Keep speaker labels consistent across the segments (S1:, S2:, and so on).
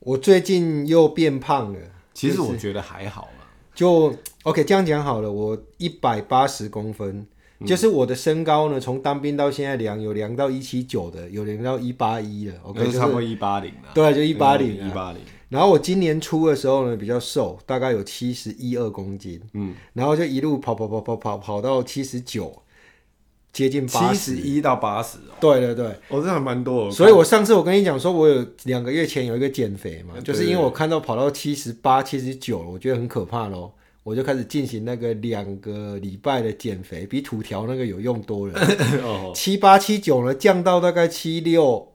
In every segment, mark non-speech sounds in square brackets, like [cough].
S1: 我最近又变胖了，
S2: 其实我觉得还好啦。
S1: 就 OK 这样讲好了，我一百八十公分。
S2: 嗯
S1: 就是我的身高呢，从当兵到现在量有量到一七九的，有量到一八一的，OK，
S2: 那
S1: 就是是
S2: 差不多一八零啦。
S1: 对，就一八零啊
S2: 一八零。啊
S1: 然后我今年初的时候呢，比较瘦，大概有七十一二公斤，嗯，然后就一路跑跑跑跑跑跑到七十九，接近八
S2: 七
S1: 十，
S2: 十一到八十，
S1: 对对对。
S2: 啊哦，这还蛮多的。
S1: 所以我上次我跟你讲说，我有两个月前有一个减肥嘛，
S2: 嗯
S1: 就是因为我看到跑到七十八、七十九了，我觉得很可怕咯。我就开始进行那个两个礼拜的减肥，比土条那个有用多了。
S2: [laughs] 哦，
S1: 七八七九呢降到大概七六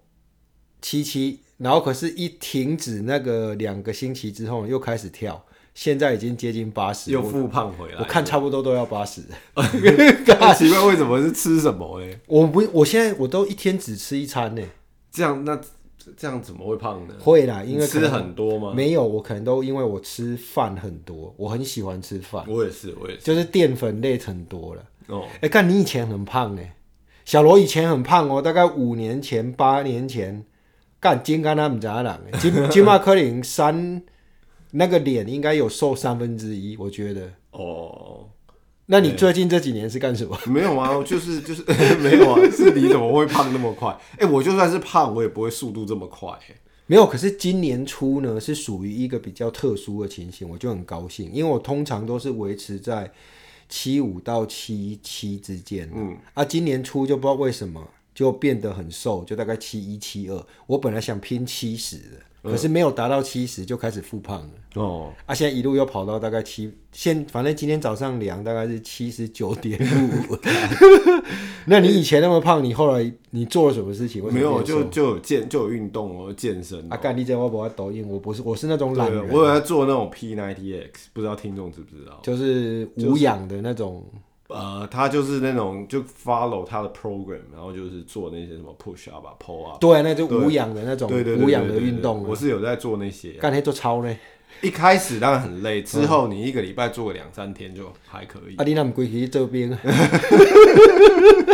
S1: 七七，然后可是，一停止那个两个星期之后又开始跳，现在已经接近八十，
S2: 又复胖回来。
S1: 我看差不多都要八十。
S2: [laughs] 很奇怪，为什么是吃什么嘞？
S1: 我不，我现在我都一天只吃一餐呢。
S2: 这样 [laughs] 那这样怎么会胖呢？
S1: 会啦，因为可
S2: 你吃
S1: 能
S2: 很多吗？
S1: 没有，我可能都因为我吃饭很多，我很喜欢吃饭，
S2: 我也是，我也是。
S1: 就是淀粉类很多了。
S2: 哦，
S1: 哎、看你以前很胖呢、小罗以前很胖哦，大概五年前、八年前，干金刚他们家人欸， [laughs] 金金马科林三那个脸应该有瘦三分之一，我觉得。
S2: 哦，
S1: 那你最近这几年是干什么？
S2: 没有啊，就是 [laughs] 就是没有啊，是你怎么会胖那么快？哎、我就算是胖，我也不会速度这么快、欸。
S1: 没有，可是今年初呢是属于一个比较特殊的情形，我就很高兴，因为我通常都是维持在七五到七七之间，嗯，啊，今年初就不知道为什么就变得很瘦，就大概七一七二，我本来想拼七十的，可是没有达到七十就开始复胖了，
S2: 哦，
S1: 啊，现在一路又跑到大概七，现反正今天早上量大概是七十九点五， [laughs] 那你以前那么胖，你后来你做了什么事情？为什么
S2: 没有，
S1: 变瘦
S2: 就就有健就有运动哦，健身哦、
S1: 啊，干你这我不要抖音，我不是我是那种懒
S2: 对，
S1: 人，
S2: 我有在做那种 P 9 0 X，不知道听众知不知道？
S1: 就是无氧的那种。
S2: 呃，他就是那种就 follow 他的 program，然后就是做那些什么 push up 啊、pull up，
S1: 对，那就无氧的那种
S2: 对对对
S1: 无氧的
S2: 对对对
S1: 运动啊
S2: 我。是有在做那些。
S1: 干那做操呢？
S2: 一开始当然很累，之后你一个礼拜做个两三天就还可以。
S1: 啊，你那么规矩这边，嗯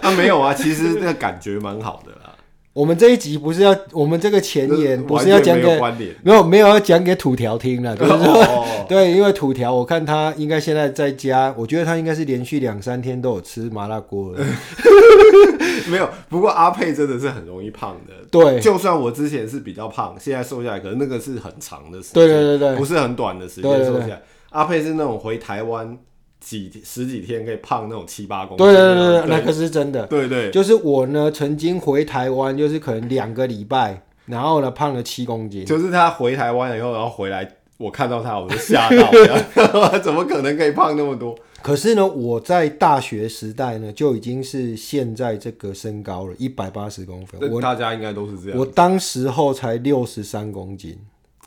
S2: 啊，没有啊， [laughs] 其实那感觉蛮好的啦。
S1: 我们这一集不是要我们这个前言不
S2: 完
S1: 是
S2: 全
S1: 要讲
S2: 没
S1: 给
S2: 有关联。
S1: 没有没有要讲给土条听了，就是说
S2: 哦，
S1: [laughs] 对，因为土条我看他应该现在在家，我觉得他应该是连续两三天都有吃麻辣锅
S2: [laughs]
S1: 了。
S2: 没有。不过阿佩真的是很容易胖的。
S1: 对
S2: 就算我之前是比较胖，现在瘦下来，可是那个是很长的时间，
S1: 对对对对
S2: 不是很短的时间
S1: 对对对
S2: 瘦下来。阿佩是那种回台湾几十几天可以胖那种七八公斤
S1: 对对
S2: 的
S1: 对
S2: 人。
S1: 对，那可是真的。
S2: 对对
S1: 就是我呢，曾经回台湾，就是可能两个礼拜，然后呢胖了七公斤。
S2: 就是他回台湾以后，然后回来，我看到他我就吓
S1: [laughs]
S2: 到，然后 [laughs] 怎么可能可以胖那么多？
S1: 可是呢，我在大学时代呢，就已经是现在这个身高了，一百八十公分。我
S2: 大家应该都是这样。
S1: 我当时候才六十三公斤，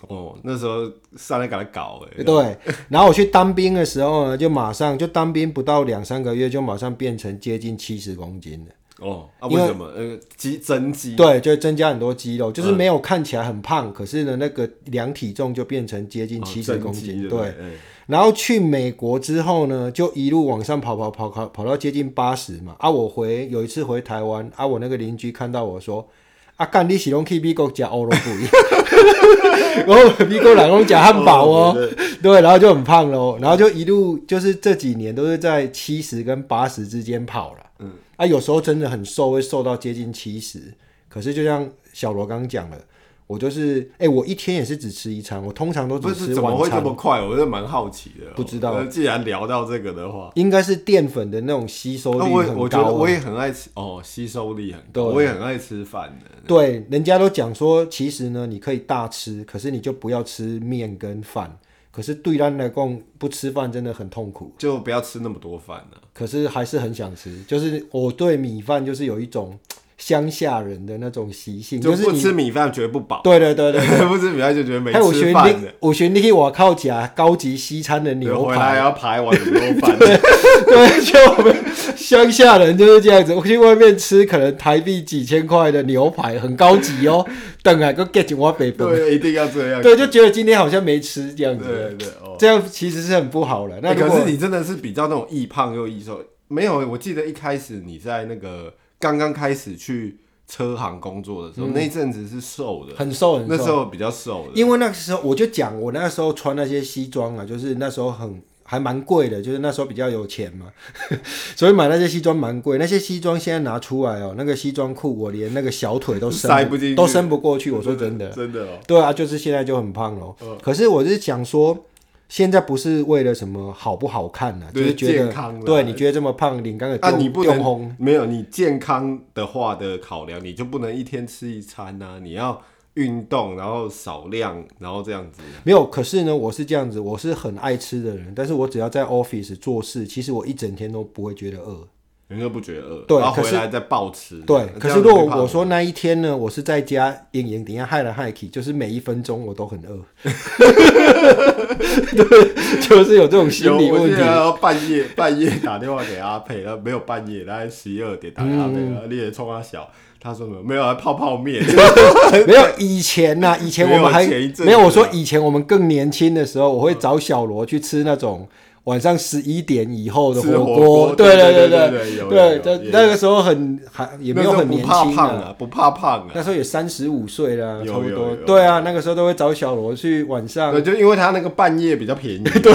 S2: 哦，那时候上来给他搞哎、
S1: 对。然后我去当兵的时候呢，就马上就当兵不到两三个月，就马上变成接近七十公斤了。
S2: 哦，啊，
S1: 因
S2: 为
S1: 为
S2: 什么？呃，肌增肌，
S1: 对，就增加很多肌肉，
S2: 嗯
S1: 就是没有看起来很胖，可是呢，那个量体重就变成接近
S2: 哦
S1: 七十
S2: 增
S1: 公
S2: 肌
S1: 斤，
S2: 对不哎
S1: 对。
S2: 对，
S1: 然后去美国之后呢，就一路往上跑跑跑跑跑到接近八十嘛。啊，我回有一次回台湾，啊，我那个邻居看到我说，啊，干你喜欢去美国吃欧罗布，然后美国老公讲汉堡哦，
S2: 对
S1: 对，然后就很胖喽，然后就一路就是这几年都是在七十跟八十之间跑了。嗯，啊，有时候真的很瘦，会瘦到接近七十。可是就像小罗刚刚讲了，我就是，哎、我一天也是只吃一餐，我通常都
S2: 不
S1: 只
S2: 是
S1: 吃
S2: 怎么
S1: 晚
S2: 会
S1: 餐
S2: 这。么快？我是蛮好奇的哦、
S1: 不知道
S2: 呃既然聊到这个的话，
S1: 应该是淀粉的那种吸收
S2: 那
S1: 率
S2: 我也我
S1: 很
S2: 觉得
S1: 高
S2: 我
S1: 啊。
S2: 也很爱吃哦，吸收力很高，
S1: 对
S2: 我也很爱吃饭的。
S1: 对，人家都讲说，其实呢，你可以大吃，可是你就不要吃面跟饭。可是对咱来讲，不吃饭真的很痛苦，
S2: 就不要吃那么多饭了、
S1: 可是还是很想吃。就是我对米饭就是有一种乡下人的那种习性，
S2: 就
S1: 就是
S2: 不
S1: 你
S2: 吃米饭绝不饱， [laughs]
S1: 对对对对。
S2: 不吃米饭就觉得没
S1: 还有
S2: 吃
S1: 学
S2: 饭的
S1: 你，，我学你去我靠夹高级西餐的
S2: 对
S1: 牛
S2: 回来还啊
S1: 排，
S2: 要排碗
S1: [laughs]
S2: 很多饭。
S1: 对，就我们乡下人就是这样子。我去外面吃，可能台币几千块的牛排，很高级
S2: [laughs]
S1: 哦。等下个 get 我北本。
S2: 对，一定要这样。
S1: 对，就觉得今天好像没吃这样子，
S2: 对对哦。
S1: 这样其实是很不好了。 [laughs] 那
S2: 欸
S1: 如
S2: 可
S1: 果
S2: 是你真的是比较那种易胖又易瘦，没有欸？我记得一开始你在那个刚刚开始去车行工作的时候，那一阵子是瘦的，
S1: 嗯很瘦很
S2: 那
S1: 瘦。
S2: 时候比较瘦的。
S1: 因为那个时候我就讲，我那时候穿那些西装啊，就是那时候很还蛮贵的，就是那时候比较有钱嘛， [laughs] 所以买那些西装蛮贵。那些西装现在拿出来哦，那个西装裤我连那个小腿都伸
S2: 塞不进去
S1: 都伸不过去。我说真的，
S2: [laughs] 真的哦，
S1: 对啊，就是现在就很胖咯。
S2: 嗯
S1: 可是我是想说，现在不是为了什么好不好看呢、啊，就
S2: 对
S1: 是觉
S2: 健康
S1: 得
S2: 啦
S1: 对你觉得这么胖，领刚的
S2: 啊，你不
S1: 用红。
S2: 能没有你健康的话的考量，你就不能一天吃一餐呐、你要运动，然后少量，然后这样子。
S1: 没有，可是呢，我是这样子，我是很爱吃的人，但是我只要在 office 做事，其实我一整天都不会觉得饿。
S2: 人家不觉得饿，
S1: 对
S2: 然后
S1: 可
S2: 回
S1: 是
S2: 来再暴吃。
S1: 对，
S2: 这
S1: 可
S2: 样
S1: 是
S2: 子
S1: 如
S2: 会胖
S1: 果我说那一天呢，我是在家隐隐底下害来害去，就是每一分钟我都很
S2: [laughs]
S1: 饿，对，就是有这种心理
S2: 有我
S1: 问
S2: 记
S1: 题
S2: 得。要半夜 [laughs] 半夜打电话给阿佩，然后没有半夜，大概十一二点打给阿佩，
S1: 嗯
S2: 然后你也冲他小，他说什么没有，还泡泡面， [laughs]
S1: 没有以前呐、以前我们还
S2: 没有前一阵子啊
S1: 没有。我说以前我们更年轻的时候，我会找小罗去吃那种晚上十一点以后的
S2: 吃
S1: 火锅。
S2: 火锅
S1: 对
S2: 对
S1: 对
S2: 对对有有
S1: 对，
S2: 有
S1: 这
S2: 也
S1: 那个时候很还 [laughs] 也没有
S2: 那时候
S1: 很年
S2: 不怕
S1: 轻
S2: 胖啊，不怕胖
S1: 那
S2: 啊，
S1: 时候也三十五岁了啊，
S2: 有
S1: 差不
S2: 有
S1: 多
S2: 有。有
S1: 对啊，那个时候都会找小罗去晚上
S2: [laughs] 对，，就因为他那个半夜比较便
S1: [laughs]
S2: 宜，啊对，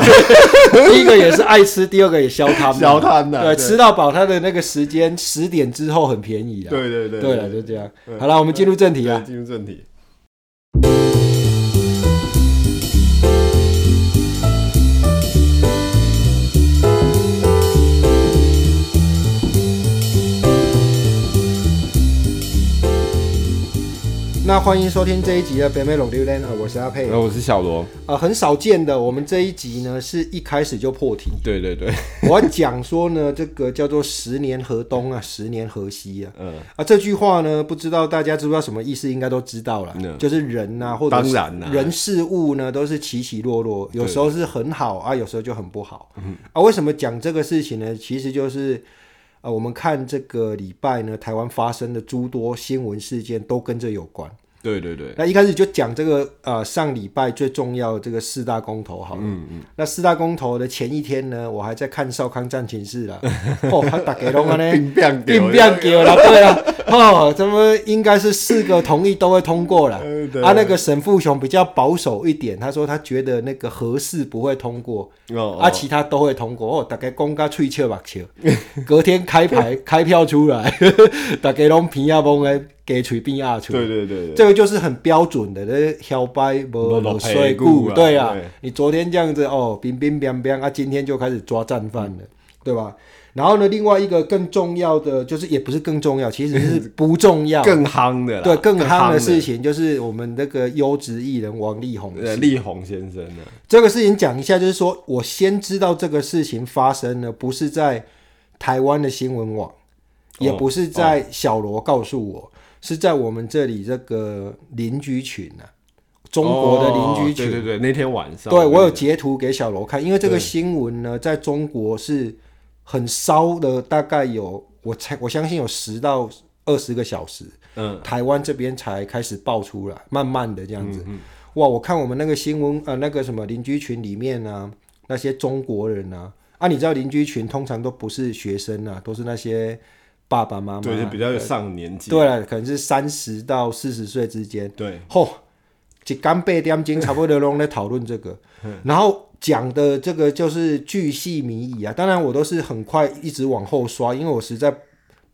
S1: 第一个也是爱吃，第二个也消摊嘛。
S2: 小摊啊
S1: 对，
S2: 的，
S1: 吃到饱，它的那个时间十点之后很便宜的。
S2: 对对对
S1: 对了，
S2: 对
S1: 就这样
S2: 对。
S1: 好了，我们进入正题啊。
S2: 进入正题。
S1: 那欢迎收听这一集的北美龙榴莲，呃我是阿佩。
S2: 我是小罗，
S1: 呃，很少见的，我们这一集呢是一开始就破题。 [laughs]
S2: 对对对，
S1: 我要讲说呢，这个叫做“十年河东啊，十年河西啊
S2: 嗯，”
S1: 啊，这句话呢，不知道大家知不知道什么意思，应该都知道了。
S2: 嗯
S1: 就是人呐、或者是
S2: 当然啦
S1: 人事物呢，都是起起落落，有时候是很好啊，有时候就很不好。
S2: 嗯
S1: 啊，为什么讲这个事情呢？其实就是。啊，我们看这个礼拜呢，台湾发生的诸多新闻事件都跟这有关。
S2: [laughs] 对对对，
S1: 那一开始就讲这个呃，上礼拜最重要的这个四大公投好了。那四大公投的前一天呢，我还在看《少康战情室》啦。 [laughs] 哦，他打给龙啊呢，
S2: [laughs] 冰冰
S1: 并不要给了，对啊。哦，咱们应该是四个同意都会通过了
S2: 嗯。对
S1: 啊，那个沈富雄比较保守一点，他说他觉得那个合适不会通过。
S2: 哦，
S1: 啊，其他都会通过。哦，大家讲到喙笑目笑，隔天开牌开票出来， [laughs] 大家拢鼻啊蒙的，给嘴边啊出。
S2: 对对对对，
S1: 这个就是很标准的，那小白不落水
S2: 没落屁股
S1: 股，
S2: 啊
S1: 对啊
S2: 对，
S1: 你昨天这样子哦，冰冰冰冰啊，今天就开始抓战犯了，对吧？然后呢，另外一个更重要的就是，也不是更重要，其实是不重要，
S2: 更夯的啦，
S1: 对更夯的
S2: 的
S1: 事情，就是我们那个优质艺人王力宏的啊
S2: 呃，力宏先生呢，
S1: 这个事情讲一下，就是说我先知道这个事情发生了，不是在台湾的新闻
S2: 哦
S1: 网，也不是在小罗告诉我，是在我们这里这个邻居群啊，中国的邻居
S2: 哦
S1: 群。
S2: 对对对，那天晚上，
S1: 对我有截图给小罗看，因为这个新闻呢，在中国是很烧的，大概有我猜我相信有十到二十个小时。
S2: 嗯，
S1: 台湾这边才开始爆出来，慢慢的这样
S2: 嗯
S1: 子。哇，我看我们那个新闻，呃，那个什么邻居群里面啊，那些中国人啊，啊，你知道邻居群通常都不是学生啊，都是那些爸爸妈妈，啊
S2: 对，就比较有上年纪，
S1: 对了，可能是三十到四十岁之间。
S2: 对，
S1: 吼，一干八点钟差不多拢在讨论这个，然后讲的这个就是巨细靡遗啊。当然，我都是很快一直往后刷，因为我实在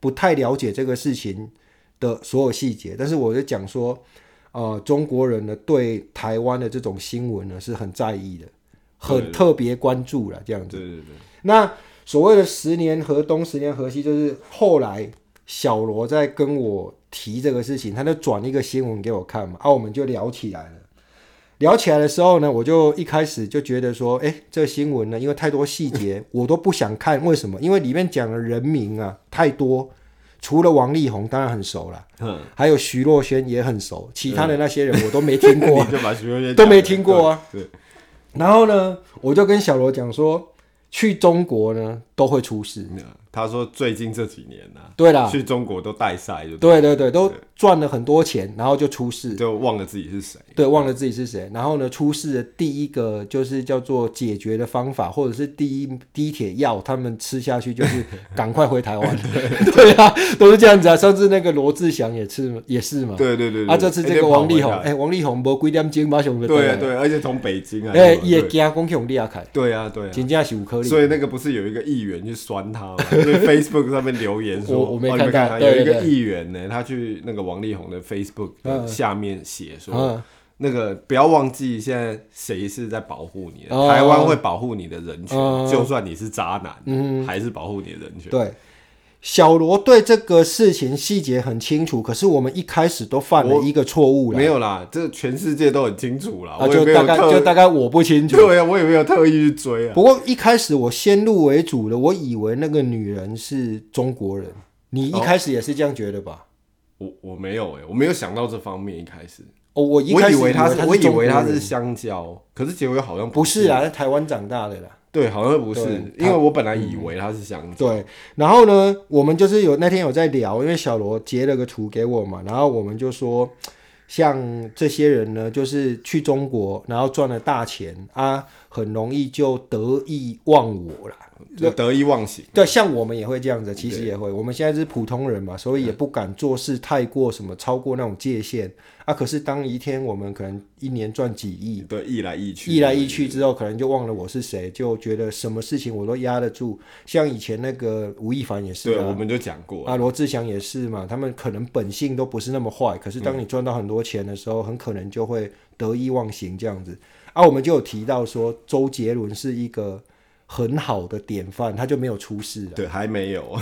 S1: 不太了解这个事情的所有细节。但是我就讲说，呃，中国人呢对台湾的这种新闻呢是很在意的，
S2: 对
S1: 很特别关注了这样子。
S2: 对对对，
S1: 那所谓的十年河东，十年河西，就是后来小罗在跟我提这个事情，他就转一个新闻给我看嘛，啊，我们就聊起来了。聊起来的时候呢，我就一开始就觉得说，哎、这个新闻呢，因为太多细节，我都不想看。为什么？因为里面讲的人名啊太多，除了王力宏当然很熟了，
S2: 嗯，
S1: 还有徐若瑄也很熟，其他的那些人我都没听过。
S2: [laughs] 你就把徐若瑄
S1: 都没听过
S2: 啊，对，
S1: 然后呢，我就跟小罗讲说，去中国呢都会出事。
S2: 嗯他说最近这几年呢、
S1: 对啦，
S2: 去中国都带赛，就
S1: 啊对
S2: 了
S1: 对对，都赚了很多钱，然后就出事，
S2: 就忘了自己是谁。
S1: 对，忘了自己是谁。然后呢，出事的第一个就是叫做解决的方法，或者是第一第一帖药，他们吃下去就是
S2: [laughs]
S1: 赶快回台湾。对啊，都是这样子啊。上次那个罗志祥也是嘛也是嘛。
S2: 对对对对
S1: 啊，这次这
S2: 而且
S1: 个
S2: 跑
S1: 王力
S2: 回
S1: 宏，
S2: 来
S1: 哎、王力宏无几点钟马上就
S2: 对
S1: 回
S2: 啊
S1: 来，
S2: 对，而且从北京啊，
S1: 哎，
S2: 对吧
S1: 伊会惊讲去用李亚凯，
S2: 对啊对啊。
S1: 真正是有可能。
S2: 所以那个不是有一个议员去酸他吗？ [laughs] 就是 Facebook 上面留言说，
S1: 我我没
S2: 哦
S1: 看
S2: 你
S1: 到
S2: 他
S1: 对
S2: 有一
S1: 对
S2: 个
S1: 对
S2: 议员呢，他去那个王力宏的 Facebook 的
S1: 嗯
S2: 下面写说，
S1: 嗯
S2: 那个不要忘记现在谁是在保护你的，
S1: 哦
S2: 台湾会保护你的人权，
S1: 哦嗯
S2: 就算你是渣男，还是保护你的人权。
S1: 对，小罗对这个事情细节很清楚，可是我们一开始都犯了一个错误了
S2: 没。有啦，这全世界都很清楚啦，
S1: 啊，
S2: 我也
S1: 就
S2: 没
S1: 大
S2: 有
S1: 概就
S2: 特，
S1: 大概我不清楚，
S2: 对啊，我也没有特意去追啊。
S1: 不过一开始我先入为主的，我以为那个女人是中国人，你
S2: 哦
S1: 一开始也是这样觉得吧？
S2: 我我没有哎、我没有想到这方面一开始，
S1: 哦，我一
S2: 我
S1: 开始
S2: 以为
S1: 他
S2: 他
S1: 是，
S2: 我以为
S1: 他
S2: 他是香蕉，可是结果好像
S1: 不
S2: 是
S1: 是啊？在台湾长大的啦。
S2: 对，好像不是
S1: 对，嗯
S2: 因为我本来以为他是香蕉。
S1: 对，然后呢，我们就是有那天有在聊，因为小罗截了个图给我嘛，然后我们就说，像这些人呢，就是去中国，然后赚了大钱啊，很容易就得意忘我啦。
S2: 就得意忘形，
S1: 对，像我们也会这样子，其实也会。我们现在是普通人嘛，所
S2: 嗯
S1: 以也不敢做事太过什么超过那种界限啊。可是当一天我们可能一年赚几亿，
S2: 对，一来一去，
S1: 一来一去之后，可能就忘了我是谁，就觉得什么事情我都压得住。像以前那个吴亦凡也是
S2: 对，
S1: 啊，
S2: 我们就讲过，
S1: 啊，罗志祥也是嘛，他们可能本性都不是那么坏，可是当你赚到很多钱的时候，很可能就会得意忘形这样子。啊，我们就有提到说，周杰伦是一个很好的典范，他就没有出事啊。
S2: 对，还没
S1: [laughs]
S2: 有，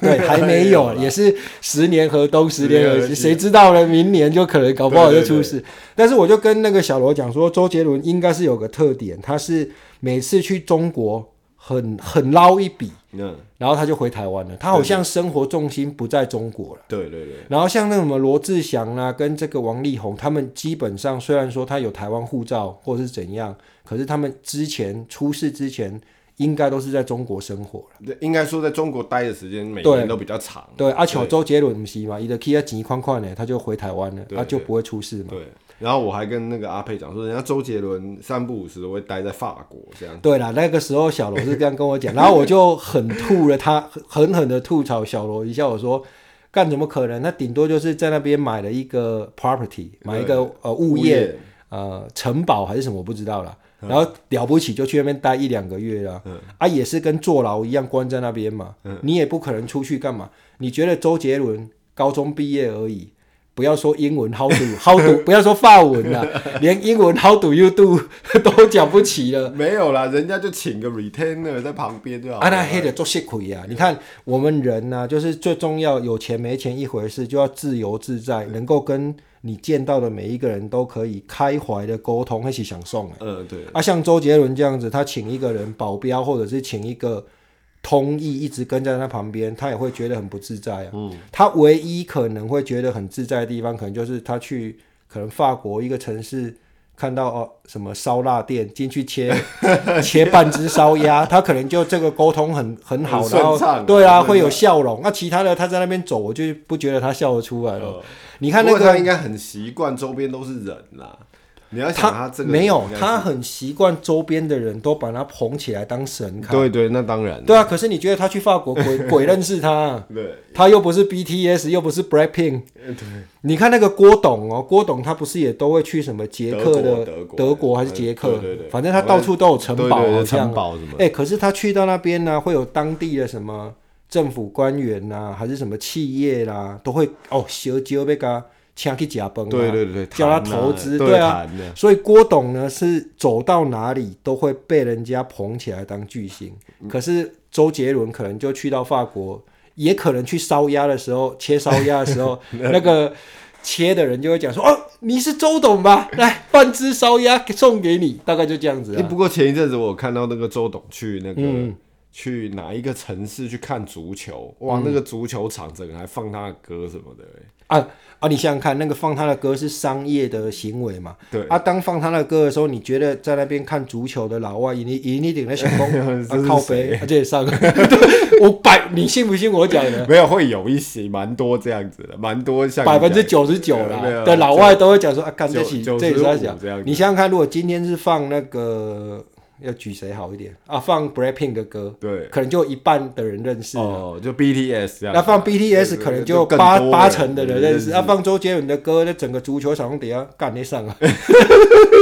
S1: 对，还 [laughs] 没有，也是十年河东，十年河西，谁知道呢？明年就可能搞不好就出事。但是我就跟那个小罗讲说，周杰伦应该是有个特点，他是每次去中国很很捞一笔，
S2: 嗯，
S1: 然后他就回台湾了。他好像生活重心不在中国了。
S2: 对对对，
S1: 然后像那什么罗志祥啊，跟这个王力宏，他们基本上虽然说他有台湾护照或者是怎样，可是他们之前出事之前，应该都是在中国生活。
S2: 对应该说在中国待的时间每
S1: 对
S2: 年都比较长，
S1: 对，啊，像周杰伦不是嘛，伊的 key 钱款款的，他就回台湾了，啊
S2: 对
S1: 他就不会出事嘛。
S2: 对，然后我还跟那个阿佩讲说，人家周杰伦三不五时都会待在法国这样。
S1: 对啦，那个时候小罗是这样跟我讲，然后我就很吐了他， [laughs] 狠狠的吐槽小罗一下，我说干怎么可能？他顶多就是在那边买了一个 property，买一个呃物业，嗯呃城堡还是什么我不知道啦。然后了不起就去那边待一两个月啦，啊也是跟坐牢一样关在那边嘛，你也不可能出去干嘛？你觉得周杰伦高中毕业而已，不要说英文 how do how [laughs] do，不要说法文啦，连英文 how do you do 都讲不起了。
S2: 没有啦，人家就请个 retainer 在旁边就好
S1: 啊，那
S2: 了。
S1: 黑的做些亏呀！你看我们人呐、就是最重要，有钱没钱一回事，就要自由自在，能够跟你见到的每一个人都可以开怀的沟通，一起享受。
S2: 嗯，对，
S1: 啊，像周杰伦这样子，他请一个人保镖，或者是请一个通译一直跟在他旁边，他也会觉得很不自在啊。嗯，他唯一可能会觉得很自在的地方，可能就是他去可能法国一个城市。看到哦，什么烧腊店进去
S2: [laughs]
S1: 切切半只烧鸭，他可能就这个沟通很很好，
S2: 很顺
S1: 然后
S2: 畅啊
S1: 对啊，
S2: 很顺
S1: 会有笑容。那其他的他在那边走，我就不觉得他笑得出来了。你看那
S2: 呃
S1: 个
S2: 不过他应该很习惯周边都是人啦。你要想
S1: 他
S2: 这个
S1: 没有
S2: 应，该是
S1: 他很习惯周边的人都把他捧起来当神看。
S2: 对对，那当然
S1: 对啊，可是你觉得他去法国鬼 [laughs] 鬼认识他啊？
S2: 对，
S1: 他又不是 BTS，又不是 Blackpink。你看那个郭董哦，郭董他不是也都会去什么捷克的
S2: 德国德国
S1: 还是捷克？
S2: 对对对
S1: 反正他到处都有城堡、哦、
S2: 对对对
S1: 这样
S2: 城堡什么
S1: 哎、可是他去到那边呢、会有当地的什么政府官员呐、还是什么企业啦、都会哦，小酒被他请去加崩、啊，
S2: 对对对，
S1: 叫他
S2: 谈啊哎
S1: 投资，
S2: 对
S1: 对啊，
S2: 谈的
S1: 所以郭董呢是走到哪里都会被人家捧起来当巨星，可是周杰伦可能就去到法国，也可能去烧鸭的时候切烧鸭的时候， [laughs] 那个切的人就会讲说：“哦，你是周董吧？ [laughs] 来，半只烧鸭送给你。”大概就这样子
S2: 欸
S1: 啊。嗯
S2: 不过前一阵子我有看到那个周董去那个去哪一个城市去看足球，哇，
S1: 嗯
S2: 那个足球场整个还放他的歌什么的、欸，
S1: 啊啊！你想想看，那个放他的歌是商业的行为嘛？
S2: 对
S1: 啊，当放他的歌的时候，你觉得在那边看足球的老外，一定一定顶在想功
S2: 这 [laughs] 是
S1: 啊靠背，而且上，对 [laughs] 我百，你信不信我讲
S2: [laughs]
S1: 的？
S2: 没有会有一些蛮多这样子的，蛮多像你
S1: 百
S2: 讲的
S1: 分之九十九啦
S2: 没有
S1: 的老外都会讲说啊，看这起
S2: 九
S1: 这起在讲
S2: 95这样子，
S1: 你想想看，如果今天是放那个要举谁好一点啊？放 Blackpink 的歌，
S2: 对
S1: 可能就一半的人认识了。
S2: 哦，就 BTS 这样子，
S1: 那放 BTS
S2: 对
S1: 可能
S2: 就更
S1: 八
S2: 多
S1: 八
S2: 人
S1: 成的人
S2: 对
S1: 认识，
S2: 认
S1: 那放周杰伦的歌，那整个足球场底下干得上啊。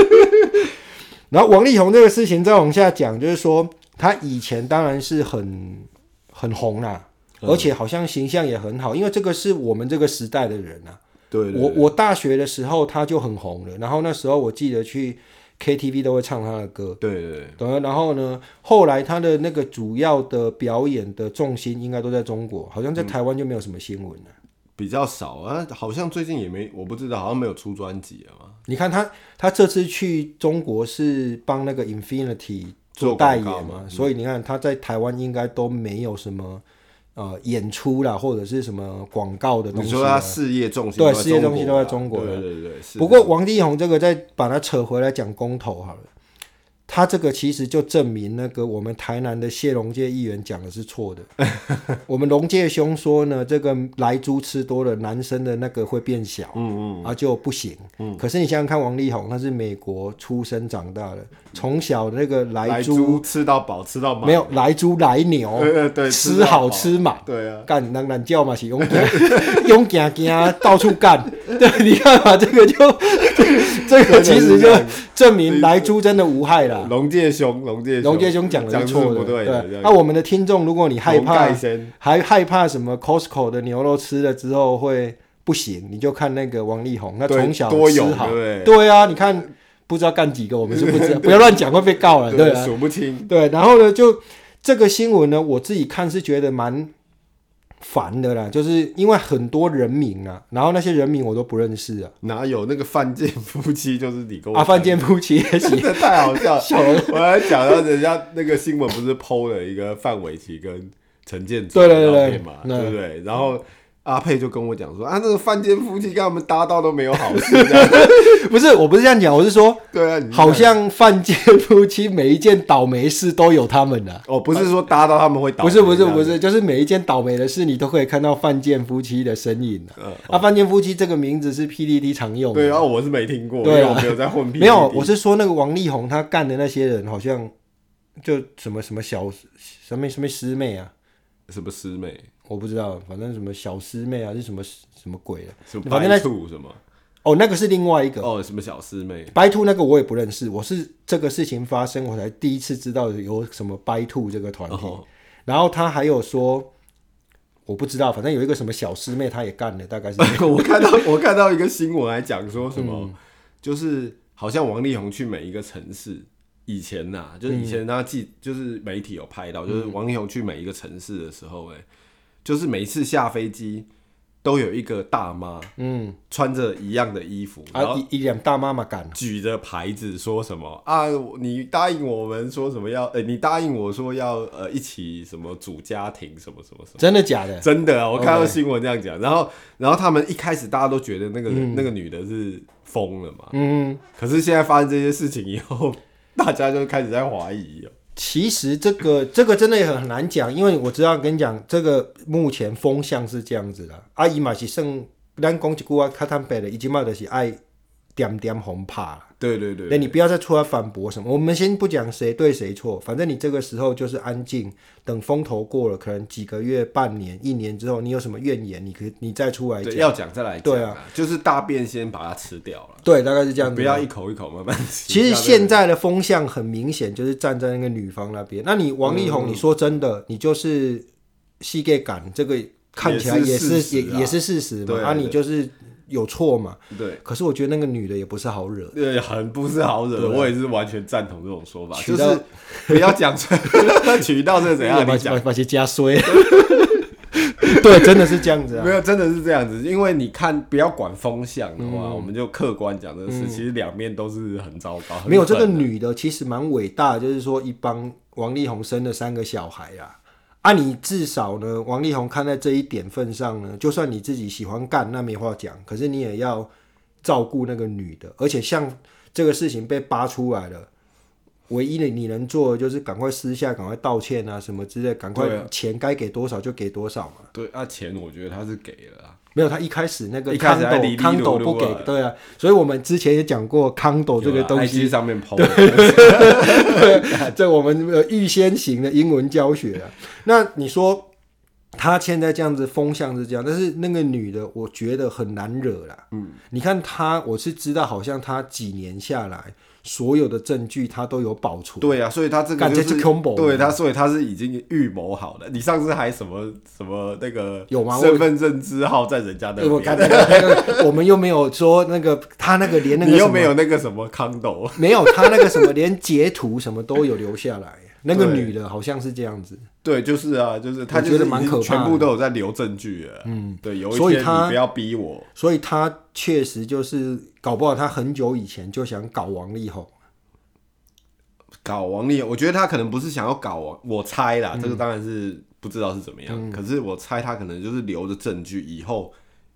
S1: [laughs] 然后王力宏这个事情再往下讲，就是说他以前当然是很很红啦、
S2: 嗯
S1: 而且好像形象也很好，因为这个是我们这个时代的人啊。
S2: 对对
S1: 我我大学的时候他就很红了，然后那时候我记得去 KTV 都会唱他的歌，
S2: 对对对
S1: 对，然后呢，后来他的那个主要的表演的重心应该都在中国，好
S2: 嗯
S1: 像在台湾就没有什么新闻了。
S2: 比较少啊，好像最近也没，我不知道，好像没有出专辑啊了嘛，
S1: 你看他，他这次去中国是帮那个 Infinity
S2: 做
S1: 做
S2: 广
S1: 代言
S2: 告
S1: 嘛，所以你看他在台湾应该都没有什么呃演出啦，或者是什么广告的东
S2: 你
S1: 西。
S2: 说他事业重心
S1: 对
S2: 都在
S1: 事业
S2: 中
S1: 重心
S2: 国
S1: 都
S2: 啊
S1: 在中国
S2: 对对对，是
S1: 不过王力宏这个再把它扯回来讲公投好了，他这个其实就证明那个我们台南的谢龙介议员讲的是错
S2: [laughs]
S1: 的。我们龙介兄说呢，这个来猪吃多了，男生的那个会变小，嗯嗯，啊就不行。嗯，可是你想想看，王力宏他是美国出生长大的，从小那个来
S2: 嗯来
S1: 猪
S2: 猪吃到饱，吃到满，
S1: 没有来猪来牛，
S2: 对对对吃
S1: 吃
S2: 到
S1: 好
S2: 饱
S1: 吃满。
S2: 对啊，
S1: 干人懒叫嘛是勇敢， [laughs] 勇敢敢到处干。 [laughs] 对，你看嘛，这个就 [laughs] 这个其实就证明来猪真的无害啦。
S2: 龙介兄，龙介
S1: 龙介兄讲的
S2: 讲
S1: 是
S2: 是
S1: 错
S2: 不
S1: 的，
S2: 对的这
S1: 对。
S2: 样
S1: 那、我们的听众，如果你害
S2: 龙
S1: 怕
S2: 盖，先
S1: 还害怕什么 Costco 的牛肉吃了之后会不行，你就看那个王力宏，那
S2: 对
S1: 从小
S2: 多
S1: 吃
S2: 有
S1: 好，
S2: 对不
S1: 对啊，你看不知道干几个，我们是不知
S2: [laughs]
S1: 道，不要乱讲会被告了，对啊。
S2: 数不清，
S1: 对，然后呢，就这个新闻呢，我自己看是觉得蛮烦的啦，就是因为很多人名啊，然后那些人名我都不认识啊，
S2: 哪有那个犯贱夫妻就是你跟我
S1: 阿啊范
S2: 讲的
S1: 建夫妻也行，。
S2: 真的太好笑了
S1: 小人
S2: 我还讲到人家那个新闻不是 PO 了一个范玮琪跟陈建州
S1: 对对对
S2: 的照
S1: 对
S2: 片嘛，
S1: 对
S2: 对不对？然后阿佩就跟我讲说啊，那个犯贱夫妻跟他们搭到都没有好事，这样
S1: [laughs] 不是，我不是这样讲，我是说，
S2: 对啊，你
S1: 好像范建夫妻每一件倒霉事都有他们啊。
S2: 哦，不是说搭到他们会倒，
S1: 不是不是不，是，就是每一件倒霉的事，你都可以看到范建夫妻的身影啊。啊，范建夫妻这个名字是 PDD 常用的，
S2: 呃对啊，我是没听过，因
S1: 对啊
S2: 为我没有在混 PPT，
S1: 没有，我是说那个王力宏他干的那些人，好像就什么什么小什么什么师妹啊，
S2: 什么师妹，
S1: 我不知道，反正什么小师妹啊，是什么什么鬼的、
S2: 什么
S1: 反正那
S2: 白兔什么，
S1: 哦，那个是另外一个、
S2: 哦，什么小师妹，
S1: 白兔，那个我也不认识，我是这个事情发生我才第一次知道有什么白兔这个团体。
S2: 哦
S1: 然后他还有说，我不知道，反正有一个什么小师妹，他也干了，大概是
S2: [laughs] [laughs] 我看到我看到一个新闻还讲说什么，就是好像王力宏去每一个城市，以前呐、就是以前他记，就是媒体有拍到，就是王力宏去每一个城市的时候、哎、就是每次下飞机都有一个大妈
S1: 嗯
S2: 穿着一样的衣服，然
S1: 啊
S2: 后
S1: 一一脸大妈妈干，
S2: 举着牌子说什么啊？你答应我们说什么要？呃、你答应我说要呃一起什么组家庭什么什么什么。
S1: 真的假的？
S2: 真的啊，我看到
S1: OK
S2: 新闻这样讲然后然后他们一开始大家都觉得那个、那个女的是疯了嘛，
S1: 嗯。
S2: 可是现在发生这些事情以后， [laughs] 大家就开始在怀疑哦、
S1: 其实这个这个真的也很难讲，因为我知道跟你讲，这个目前风向是这样子的。阿姨嘛是算咱讲一句话，较坦白的，伊即嘛就是爱点点红怕啦。
S2: 对对对
S1: 那你不要再出来反驳什么。我们先不讲谁对谁错，反正你这个时候就是安静，等风头过了，可能几个月、半年、一年之后，你有什么怨言，你可以你再出来
S2: 对
S1: 讲。
S2: 要讲再来讲、
S1: 对
S2: 啊，就是大便先把它吃掉了，
S1: 对，大概是这样子。
S2: 不要一口一口慢慢吃。
S1: 其实
S2: 大家
S1: 现在的风向很明显，就是站在那个女方那边。那你王力宏，你说真的，你就是膝盖感，这个看起来
S2: 也
S1: 也
S2: 是
S1: 是
S2: 事
S1: 也
S2: 实啊
S1: 也是事实嘛
S2: 对。
S1: 啊，
S2: 对
S1: 你就是有错嘛。
S2: 对。
S1: 可是我觉得那个女的也不是好惹，
S2: 对，很不是好惹，我也是完全赞同这种说法，就
S1: 娶啊到 [laughs]
S2: 是 [laughs] 不要讲出娶到这怎样？
S1: 把
S2: 你讲
S1: 把把些家衰。对，真的是这样子啊
S2: 没。有，真的是这样子，因为你看，不要管风向的
S1: 嗯
S2: 话，我们就客观讲这个事，其实两面都是很糟糕。很
S1: 没有这个
S2: 狠
S1: 女的其实蛮伟大的，就是说一帮王力宏生了三个小孩啦。啊，你至少呢，王力宏看在这一点份上呢，就算你自己喜欢干，那没话讲，可是你也要照顾那个女的。而且像这个事情被扒出来了，唯一的你能做的就是赶快私下赶快道歉啊，什么之类，赶快
S2: 对啊
S1: 钱该给多少就给多少嘛。
S2: 对啊，钱我觉得他是给了啊，
S1: 没有，他一开始那个
S2: 一开始还
S1: 康
S2: 嘀
S1: 斗
S2: 嘀
S1: 康斗
S2: 噜噜
S1: 不给
S2: 啊，
S1: 对啊，所以我们之前也讲过康斗这个东西
S2: 有啦，IG 啊上面抛，
S1: [laughs] 这我们呃预先型的英文教学啊。那你说他现在这样子风向是这样，但是那个女的，我觉得很难惹啦。嗯，你看她，我是知道，好像她几年下来，所有的证据她都有保存。
S2: 对啊，所以他这个
S1: 干
S2: 就
S1: 这
S2: 是
S1: 是 combo
S2: 对他，所以他是已经预谋好了。你上次还什么什么那个
S1: 有吗我
S2: 身份证字号在人家那啊
S1: 对，我看
S2: 边，
S1: 那个那个，我们又没有说那个她那个连那个
S2: 你
S1: 什
S2: 又
S1: 么
S2: 没有那个什么康斗，
S1: 没有她那个什么连截图什么都有留下来。
S2: [laughs]
S1: 那个
S2: 对
S1: 女的好像是这样子，
S2: 对，就是啊，就是他
S1: 我
S2: 就是
S1: 觉得蛮
S2: 已经
S1: 可怕
S2: 全
S1: 的
S2: 部都有在留证据了。嗯，对，有一
S1: 所以
S2: 天你
S1: 他
S2: 不要逼我，
S1: 所以她确实就是搞不好她很久以前就想搞王力宏。
S2: 搞王力，我觉得他可能不是想要搞王，我猜啦，
S1: 嗯
S2: 这个当然是不知道是怎么样，可是我猜他可能就是留着证据，以后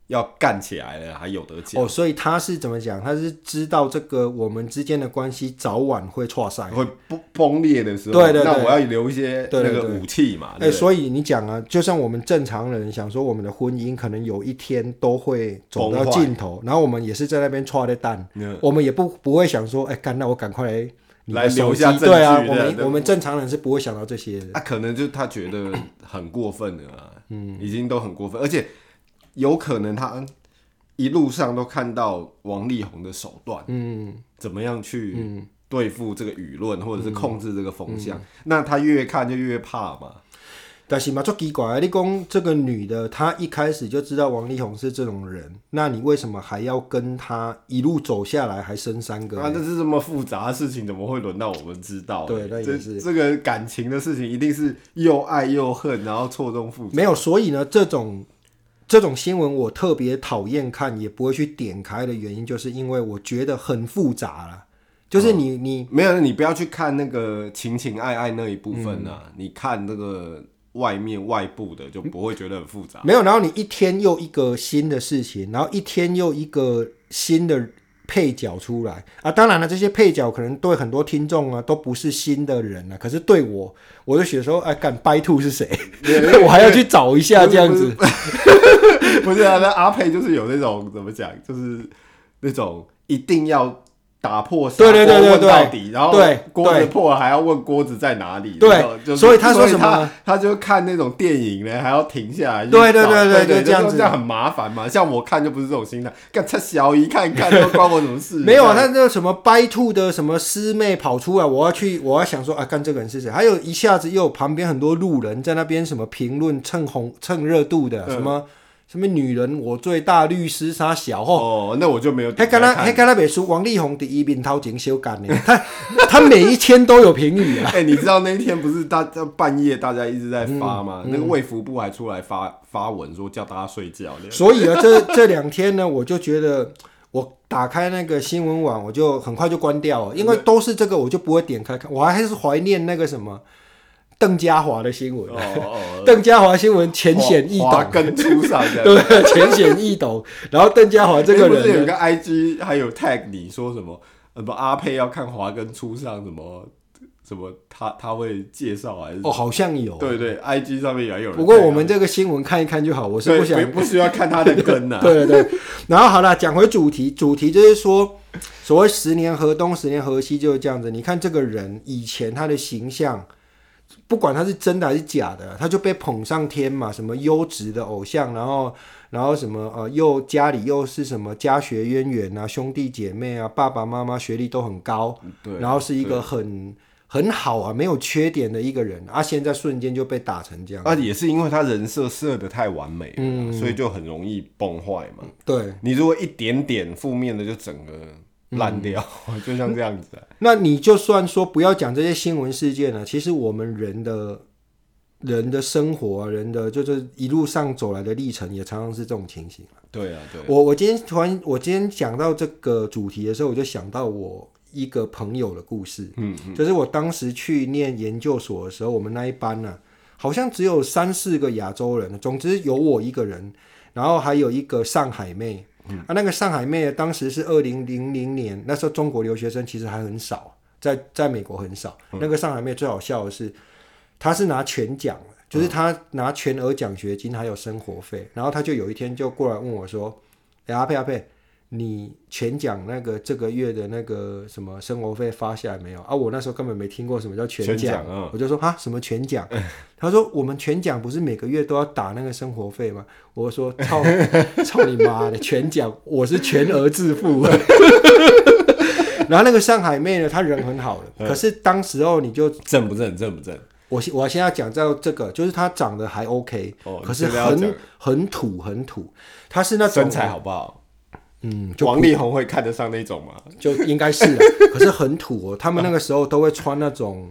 S2: 要干起来了还有得讲，
S1: 哦，所以他是怎么讲？他是知道这个我们之间的关系早晚会错散。
S2: 会崩崩裂的时候，
S1: 对对对
S2: 那我要留一些
S1: 对
S2: 那
S1: 对
S2: 个
S1: 对
S2: 武器嘛，
S1: 哎、
S2: 对不对
S1: 所以你讲啊，就像我们正常人想说，我们的婚姻可能有一天都会走到
S2: 崩坏
S1: 尽头，然后我们也是在那边错的蛋，
S2: 嗯
S1: 我们也不不会想说，哎、干，那我赶快来你的
S2: 来留
S1: 手机
S2: 下证
S1: 对啊，
S2: 据
S1: 我
S2: 对
S1: 们
S2: 对
S1: 我们正常人是不会想到这些的。
S2: 啊，可能就他觉得很过分了啊，嗯，已经都很过分，而且有可能他一路上都看到王力宏的手段，
S1: 嗯，
S2: 怎么样去对付这个舆论，或者是控制这个风
S1: 嗯
S2: 向，那他越看就越怕嘛。
S1: 但是嘛，做奇怪的，哎你讲这个女的，她一开始就知道王力宏是这种人，那你为什么还要跟他一路走下来，还生三个呢？
S2: 啊，这是这么复杂的事情，怎么会轮到我们知道？
S1: 对那也
S2: 这
S1: 是
S2: 这个感情的事情，一定是又爱又恨，然后错综复杂。
S1: 嗯没有，所以呢，这种这种新闻我特别讨厌看，也不会去点开的原因，就是因为我觉得很复杂了。就是你、你
S2: 没有，你不要去看那个情情爱爱那一部分啊，
S1: 嗯
S2: 你看那个外面外部的，就不会觉得
S1: [laughs]
S2: 很复杂。
S1: 没有，然后你一天又一个新的事情，然后一天又一个新的配角出来啊。当然了，这些配角可能对很多听众啊都不是新的人啊，可是对我，我就写说，哎，干白兔是谁？ [laughs] 我还要去找一下这样子。
S2: 不是啊，那阿佩就是有那种怎么讲，就是那种一定要打破砂锅
S1: 对对对对
S2: 问
S1: 对
S2: 到底，然后
S1: 对
S2: 锅子
S1: 对
S2: 破了还要问锅子在哪里，
S1: 对
S2: 那种就是、
S1: 所以他说
S2: 所
S1: 什么
S2: 他他就看那种电影呢，还要停下来去找，
S1: 对对对对
S2: 对
S1: 就这样子
S2: 这样很麻烦嘛。像我看就不是这种心态，看他小姨看看都关我什么事？
S1: [laughs] 没有啊，
S2: 这样
S1: 他那个什么掰兔的什么师妹跑出来，我要去，我要想说啊，看这个人是谁？还有一下子又有旁边很多路人在那边什么评论蹭红蹭热度的，
S2: 嗯
S1: 什么什么女人我最大律师杀小后。
S2: 哦，那我就没有
S1: 还
S2: 点开
S1: 跟
S2: 看。
S1: 他还跟他别说，王力宏第一名掏钱修改呢，他 [laughs] 他每一天都有评语啊。
S2: 哎、你知道那一天不是大家半夜大家一直在发吗？那个卫福部还出来发发文说叫大家睡觉，
S1: 所以啊，
S2: [laughs]
S1: 这这两天呢，我就觉得我打开那个新闻网，我就很快就关掉了，因为都是这个，我就不会点开看。我还是怀念那个什么邓家华的新闻啊
S2: 哦，哦，
S1: 邓家华新闻浅显易
S2: 华
S1: 懂，
S2: 跟初上这样。
S1: 对不对？浅显易懂。
S2: [laughs]
S1: 然后邓家华这个
S2: 哎不是有
S1: 人呢，
S2: 个 IG 还有 tag 你说什么？呃，不，阿佩要看华跟初上什么什么他，他会介绍还是？
S1: 哦，好像有。
S2: 对对，IG 上面也有人 tag 啊。
S1: 不过我们这个新闻看一看就好，我是不
S2: 对
S1: 想。
S2: 不不需要看他的根呐、
S1: [laughs] 对对对。然后好了，讲回主题，主题就是说，所谓十年河东，十年河西就是这样子。你看这个人以前他的形象。不管他是真的还是假的，他就被捧上天嘛，什么优质的偶像，然后，然后什么呃，又家里又是什么家学渊源啊，兄弟姐妹啊，爸爸妈妈学历都很高，
S2: 对
S1: 然后是一个很很好啊，没有缺点的一个人，啊，现在瞬间就被打成这样，
S2: 啊，也是因为他人设设的太完美了啦、所以就很容易崩坏嘛。
S1: 对。
S2: 你如果一点点负面的，就整个烂掉，
S1: 嗯
S2: [laughs] 就像这样子、啊。
S1: 那你就算说不要讲这些新闻事件了，其实我们人的人的生活啊，人的就是一路上走来的历程，也常常是这种情形。
S2: 对啊，对啊，
S1: 我我今天突然，我今天讲到这个主题的时候，我就想到我一个朋友的故事。
S2: 嗯，
S1: 就是我当时去念研究所的时候，我们那一班呢、好像只有三四个亚洲人，总之有我一个人，然后还有一个上海妹。
S2: 嗯
S1: 啊，那个上海妹当时是二零零零年，那时候中国留学生其实还很少，在在美国很少。
S2: 嗯
S1: 那个上海妹最好笑的是，她是拿全奖的，就是她拿全额奖学金还有生活费，然后她就有一天就过来问我说：“哎、阿佩阿佩，你全奖那个这个月的那个什么生活费发下来没有？”啊，我那时候根本没听过什么叫全
S2: 全
S1: 奖
S2: 奖啊
S1: 我就说哈什么全奖？他说我们全奖不是每个月都要打那个生活费吗？我说操操你妈的全奖，我是全额自付。然后那个上海妹呢，她人很好的，可是当时候你就
S2: 正不正，正不正？
S1: 我现我现在讲到这个，就是她长得还 OK，、
S2: 哦
S1: 可是
S2: 你这个要
S1: 很
S2: 讲
S1: 很土很土，她是那种
S2: 身材好不好？
S1: 嗯，就
S2: 王力宏会看得上那种吗？
S1: 就应该是、啊，可是很土哦。他们那个时候都会穿那种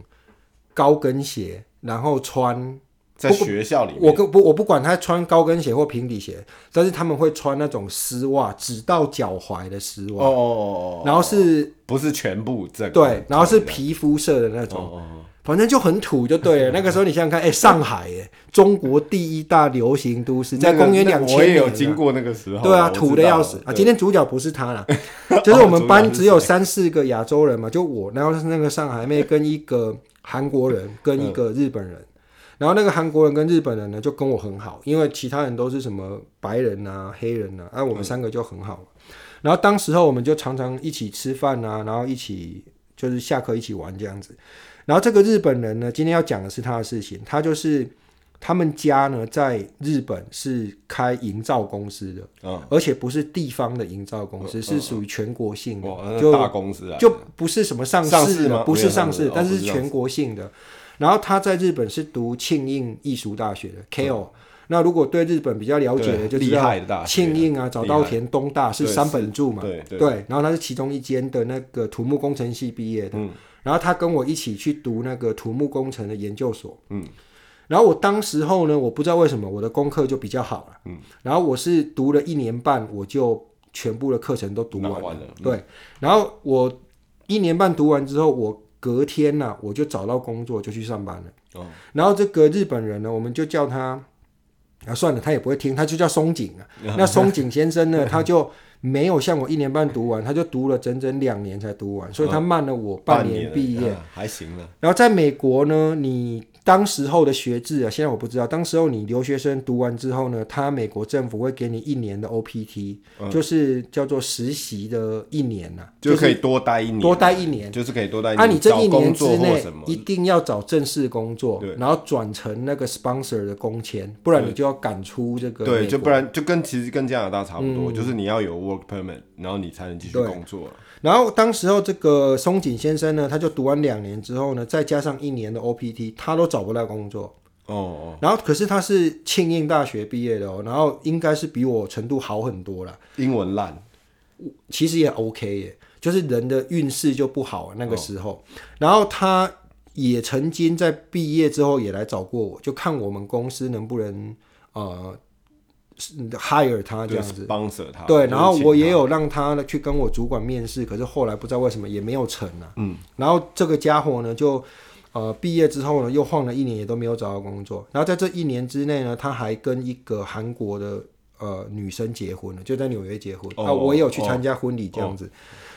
S1: 高跟鞋，然后穿
S2: 在学校里面，
S1: 我跟不我不管他穿高跟鞋或平底鞋，但是他们会穿那种丝袜，只到脚踝的丝袜，
S2: 哦哦哦哦，
S1: 然后是
S2: 不是全部正，
S1: 对，然后是皮肤色的那
S2: 哦
S1: 种，
S2: 哦哦，
S1: 反正就很土就对了。那个时候你想想看，哎、上海耶，中国第一大流行都市，在
S2: 那个
S1: 公元
S2: 那
S1: 两
S2: 个
S1: 千
S2: 我也
S1: 年
S2: 有
S1: 啊
S2: 经过那个时候，
S1: 对啊，
S2: 我知道
S1: 土的要死啊！
S2: 对哦
S1: 今天主角不是他
S2: [laughs]
S1: 啦，就是我们班
S2: 主角是谁
S1: 只有三四个亚洲人嘛，就我，然后是那个上海妹跟一个韩国人跟
S2: 嗯
S1: 一个日本人，然后那个韩国人跟日本人呢就跟我很好，因为其他人都是什么白人啊、黑人啊，啊我
S2: 嗯
S1: 们三个就很好嘛。然后当时候我们就常常一起吃饭啊，然后一起就是下课一起玩这样子。然后这个日本人呢，今天要讲的是他的事情，他就是他们家呢在日本是开营造公司的。
S2: 嗯，
S1: 而且不是地方的营造公司，是属于全国性的，
S2: 哇，那是
S1: 就
S2: 大公司啊，
S1: 就不是什么上
S2: 上
S1: 市
S2: 市
S1: 的，
S2: 吗
S1: 不
S2: 没
S1: 是
S2: 有上
S1: 上
S2: 市
S1: 市
S2: 哦，
S1: 但
S2: 不
S1: 是
S2: 是上
S1: 全国性的。然后他在日本是读庆应艺术大学的 KO。那如果对日本比较了解的，
S2: 嗯对
S1: 就知
S2: 厉
S1: 道
S2: 害的大学
S1: 庆应啊、
S2: 厉
S1: 早稻
S2: 害
S1: 田、东大是
S2: 对
S1: 三本柱嘛，
S2: 对对
S1: 然后他是其中一间的那个土木工程系毕业的，
S2: 嗯
S1: 然后他跟我一起去读那个土木工程的研究所，嗯，然后我当时候呢，我不知道为什么我的功课就比较好了，嗯，然后我是读了一年半，我就全部的课程都读完
S2: 拿完了
S1: 对，然后我一年半读完之后，我隔天呢、我就找到工作就去上班了，
S2: 哦
S1: 然后这个日本人呢，我们就叫他啊，算了，他也不会听，他就叫松井
S2: [laughs]
S1: 啊。那松井先生呢，他就没有像我一年半读完，他就读了整整两年才读完，所以他慢了我半年
S2: 哦了
S1: 毕业。
S2: 啊还行了，
S1: 然后在美国呢，你当时候的学制啊，现在我不知道，当时候你留学生读完之后呢，他美国政府会给你一年的 OPT，、就是叫做实习的一年呐、啊，
S2: 嗯就可以多待一年，
S1: 多待一年。
S2: 就是可以多待一
S1: 啊，你这一
S2: 找
S1: 年
S2: 工
S1: 之
S2: 作或
S1: 内
S2: 什么
S1: 一定要找正式工作
S2: 对，
S1: 然后转成那个 sponsor 的工签，不然你就要赶出这个美国。嗯
S2: 对，就不然就跟其实跟加拿大差不多，就是你要有 work permit，然后你才能继续
S1: 对
S2: 工作。
S1: 然后当时候这个松井先生呢，他就读完两年之后呢，再加上一年的 OPT，他都找不到工作。
S2: 哦哦，
S1: 然后可是他是庆应大学毕业的哦，然后应该是比我程度好很多啦，
S2: 英文烂，
S1: 其实也 OK 耶，就是人的运势就不好、啊、那个时候。然后他也曾经在毕业之后也来找过我，就看我们公司能不能呃是 hire 他啊这样子。
S2: 帮着他。
S1: 对，
S2: 就是
S1: 然后
S2: 请
S1: 我
S2: 他
S1: 也有让他呢去跟我主管面试，可是后来不知道为什么也没有成啊。嗯，然后这个家伙呢，就呃毕业之后呢，又晃了一年，也都没有找到工作。然后在这一年之内呢，他还跟一个韩国的呃女生结婚了，就在纽约结婚、
S2: 哦
S1: 啊。我也有去
S2: 哦
S1: 参加婚礼这样子。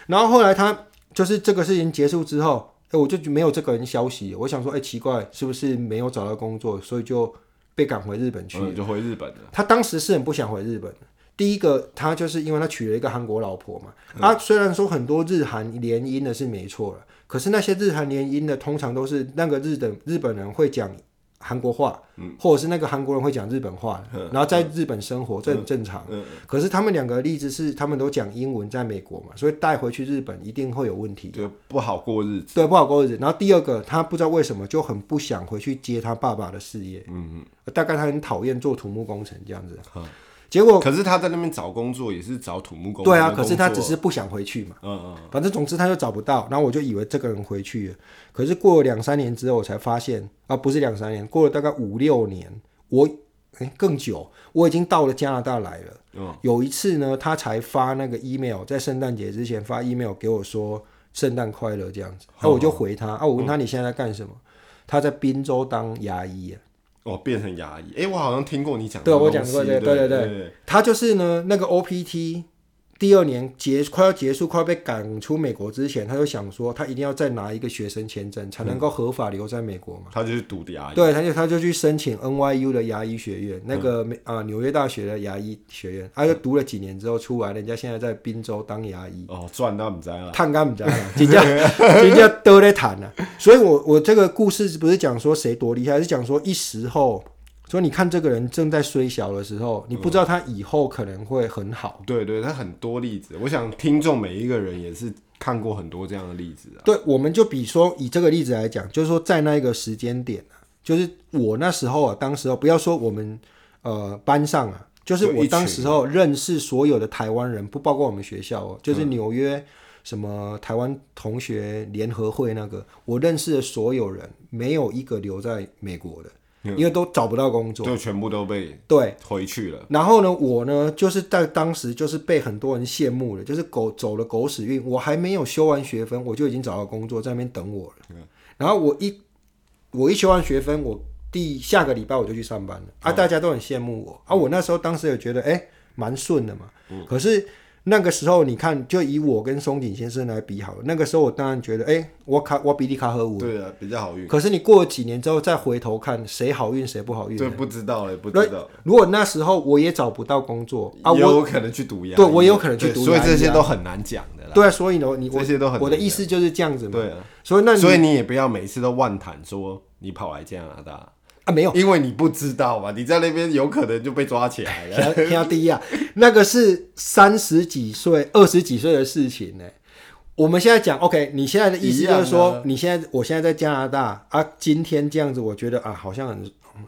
S1: 然后后来他就是这个事情结束之后，哎，我就没有这个人消息，我想说，哎，奇怪，是不是没有找到工作，所以就被赶回日本去了
S2: 嗯就回日本了。
S1: 他当时是很不想回日本。第一个，他就是因为他娶了一个韩国老婆嘛。
S2: 嗯
S1: 啊，虽然说很多日韩联姻的是没错了，可是那些日韩联姻的通常都是那个日本日本人会讲韩国话，
S2: 嗯
S1: 或者是那个韩国人会讲日本话，然后在日本生活，
S2: 嗯
S1: 这很正常。可是他们两个的例子是，他们都讲英文在美国嘛，所以带回去日本一定会有问题。
S2: 就不好过日子。
S1: 对，不好过日子。然后第二个，他不知道为什么就很不想回去接他爸爸的事业，嗯嗯，大概他很讨厌做土木工程这样子。结果
S2: 可是他在那边找工作也是找土木工，
S1: 对啊，可是他只是不想回去嘛。
S2: 嗯嗯，
S1: 反正总之他就找不到，然后我就以为这个人回去了，可是过了两三年之后，我才发现啊，不是两三年，过了大概五六年，我哎更久，我已经到了加拿大来了。有一次呢，他才发那个 email，在圣诞节之前发 email 给我说圣诞快乐这样子，那、我就回他啊，我问他你现在在干什么？他在滨州当牙医、啊，
S2: 哦，变成牙医。哎、我好像听过你讲这
S1: 对
S2: 个东
S1: 我
S2: 西，
S1: 讲过这个对
S2: 对对
S1: 对他就是呢那个 OPT 第二年结快要结束，快要被赶出美国之前，他就想说他一定要再拿一个学生签证才能够合法留在美国嘛。
S2: 他就是读的牙医。
S1: 对，他就他就去申请 NYU 的牙医学院，那个美啊纽约大学的牙医学院，他就读了几年之后出来，人家现在在宾州当牙医。
S2: 哦，赚到不知道了。
S1: 探干不知 [laughs] 道啦，人家人家都在谈啊。 [laughs] 所以我我这个故事不是讲说谁多厉害，是讲说一时候，说你看这个人正在衰小的时候，你不知道他以后可能会很好。
S2: 对对，他很多例子，我想听众每一个人也是看过很多这样的例子啊。
S1: 对，我们就比说以这个例子来讲，就是说在那一个时间点啊，就是我那时候啊，当时候不要说我们呃班上啊，就是
S2: 有一
S1: 我
S2: 群嗯
S1: 当时候认识所有的台湾人，不包括我们学校哦，就是纽约什么台湾同学联合会那个，我认识的所有人，没有一个留在美国的，
S2: 嗯
S1: 因为都找不到工作。
S2: 就全部都被
S1: 对，
S2: 回去了。
S1: 然后呢，我呢就是在当时就是被很多人羡慕了，就是狗走了狗屎运，我还没有修完学分，我就已经找到工作在那边等我了。然后我一我一修完学分，我第下个礼拜我就去上班了啊，大家都很羡慕我啊。我那时候当时也觉得哎蛮顺的嘛，可是那个时候你看，就以我跟松井先生来比好了，那个时候我当然觉得哎我卡我比你卡和我，
S2: 对啊，比较好运。
S1: 可是你过了几年之后再回头看，谁好运谁不好运。
S2: 这不知道了，不知道
S1: 如果那时候我也找不到工作啊，
S2: 也
S1: 我
S2: 有可能去读牙医。
S1: 对我也有可能去读
S2: 对所以
S1: 牙医
S2: 这些
S1: 啊
S2: 都很难讲的啦。
S1: 对啊，所以呢，你我
S2: 这些都很
S1: 我的
S2: 难
S1: 意思就是这样子嘛。
S2: 对啊，
S1: 所以那你
S2: 所以你也不要每次都妄谈说你跑来加拿大，
S1: 啊没有
S2: 因为你不知道嘛，你在那边有可能就被抓起来
S1: [laughs]
S2: 了。
S1: 天天低啊，那个是三十几岁、二十几岁的事情呢、我们现在讲 OK，你现在的意思就是
S2: 一样啊
S1: 说，你现在我现在在加拿大啊，今天这样子，我觉得啊，好像很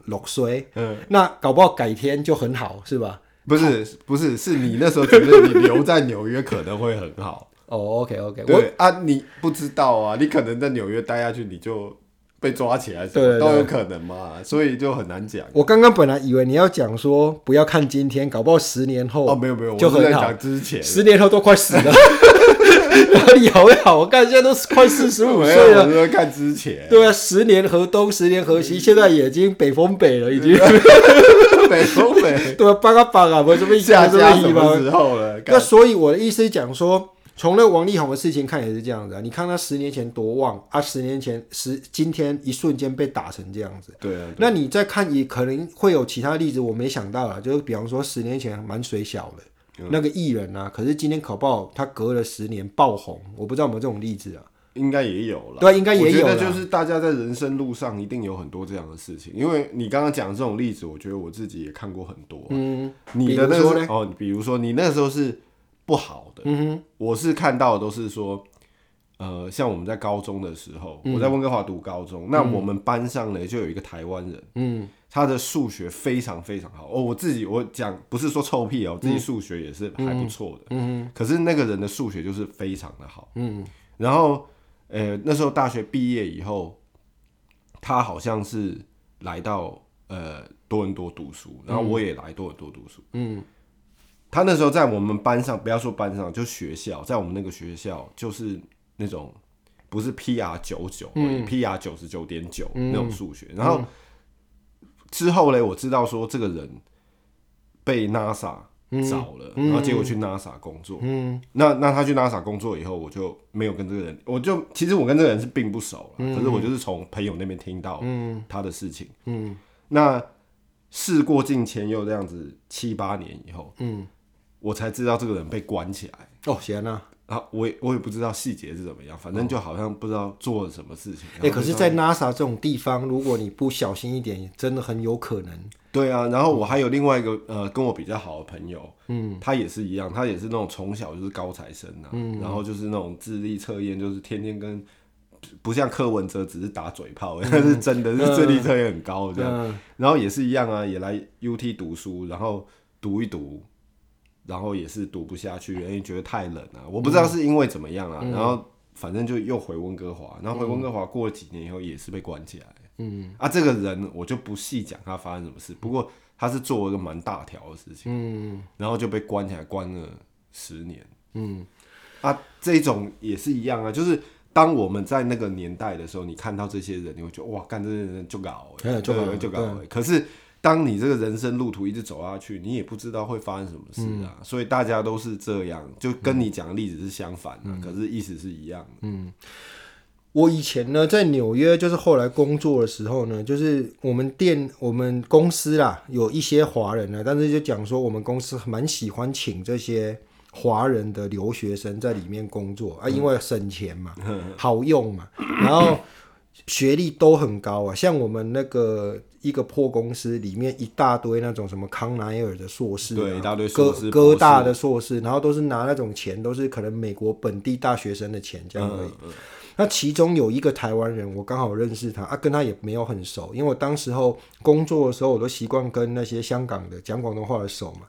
S1: 落衰，
S2: 嗯，
S1: 那搞不好改天就很好，是吧？
S2: 不是不是，是你那时候觉得你留在纽约可能会很好，
S1: 哦，OK，OK、o k [laughs] OK，我
S2: 对啊，你不知道啊，你可能在纽约待下去你就被抓起来，什
S1: 对
S2: 么
S1: 对
S2: 都有可能嘛，所以就很难讲。
S1: 我刚刚本来以为你要讲说不要看今天，搞不好十年后
S2: 哦，没有没有，我
S1: 就是
S2: 在
S1: 很好
S2: 讲，之前，
S1: 十年后都快死
S2: [laughs]
S1: 了，哪里好会好？我看现在都快四十五
S2: 没
S1: 岁
S2: 有，我
S1: 了。
S2: 是在看之前，
S1: 对啊，十年河东，十年河西，现在已经北风北了，已经
S2: [laughs] 北欧北
S1: [laughs] 对啊，八个八啊，我这么一下
S2: 下
S1: 这么
S2: 家
S1: 一
S2: 什么时候了？
S1: 那所以我的意思是讲说，从那王力宏的事情看也是这样子啊。你看他十年前多旺啊，十年前十今天一瞬间被打成这样子。
S2: 对啊，
S1: 那你再看，也可能会有其他例子，我没想到啦。就是比方说，十年前蛮水小的、那个艺人啊，可是今天考爆，他隔了十年爆红，我不知道有没有这种例子啊？
S2: 应该也有了，
S1: 对啊应该也有
S2: 我
S1: 啦
S2: 觉得就是大家在人生路上一定有很多这样的事情，因为你刚刚讲的这种例子，我觉得我自己也看过很多。啊
S1: 嗯，
S2: 你的那
S1: 比如说
S2: 时候哦，比如说你那时候是不好的，嗯、我是看到的都是说，呃，像我们在高中的时候，我在温哥华读高中，那我们班上呢就有一个台湾人，嗯，他的数学非常非常好哦，我自己我讲不是说臭屁哦，我自己数学也是还不错的，嗯，可是那个人的数学就是非常的好，嗯，然后呃那时候大学毕业以后，他好像是来到呃多伦多读书，然后我也来多伦多读书。嗯，他那时候在我们班上，不要说班上，就学校，在我们那个学校就是那种不是 PR 九九、PR 九十九点九那种数学。然后、之后嘞，我知道说这个人被 NASA 找了，然后结果去 NASA 工作。嗯，那那他去 NASA 工作以后，我就没有跟这个人，我就其实我跟这个人是并不熟了，可是我就是从朋友那边听到他的事情。嗯，那事过境迁又这样子七八年以后，嗯，我才知道这个人被关起来。
S1: 哦，显然啊，
S2: 然后我也我也不知道细节是怎么样，反正就好像不知道做了什么事情。
S1: 哎、
S2: 然后
S1: 可是，
S2: 就
S1: 在 NASA 这种地方，如果你不小心一点，真的很有可能。
S2: 对啊，然后我还有另外一个呃，跟我比较好的朋友，嗯，他也是一样，他也是那种从小就是高材生啊，然后就是那种智力测验，就是天天跟不像柯文哲只是打嘴炮，但是真的是智力测验很高这样，然后也是一样啊，也来 UT 读书，然后读一读，然后也是读不下去，因为觉得太冷啊，我不知道是因为怎么样啊，然后反正就又回温哥华，然后回温哥华过了几年以后也是被关起来，嗯，啊，这个人我就不细讲他发生什么事，不过他是做了一个蛮大条的事情，嗯，然后就被关起来，关了十年，嗯，啊，这种也是一样啊，就是。当我们在那个年代的时候，你看到这些人，你会觉得哇，干这些人就搞、欸，
S1: 嗯就
S2: 对
S1: 搞
S2: 就搞、欸。可是当你这个人生路途一直走下去，你也不知道会发生什么事啊。
S1: 嗯
S2: 所以大家都是这样，就跟你讲的例子是相反的、
S1: 嗯
S2: 可是意思是一样的。
S1: 我以前呢，在纽约，就是后来工作的时候呢，就是我们店、我们公司啦，有一些华人呢，但是就讲说我们公司蛮喜欢请这些华人的留学生在里面工作啊，因为省钱嘛，
S2: 嗯
S1: 好用嘛，然后学历都很高啊，像我们那个一个破公司里面一大堆那种什么康奈尔的硕士、啊，
S2: 对一大堆
S1: 哥
S2: 硕士博
S1: 哥
S2: 士
S1: 大的硕士，然后都是拿那种钱，都是可能美国本地大学生的钱这样而
S2: 嗯
S1: 已。那其中有一个台湾人，我刚好认识他，啊，跟他也没有很熟，因为我当时候工作的时候，我都习惯跟那些香港的讲广东话的熟嘛。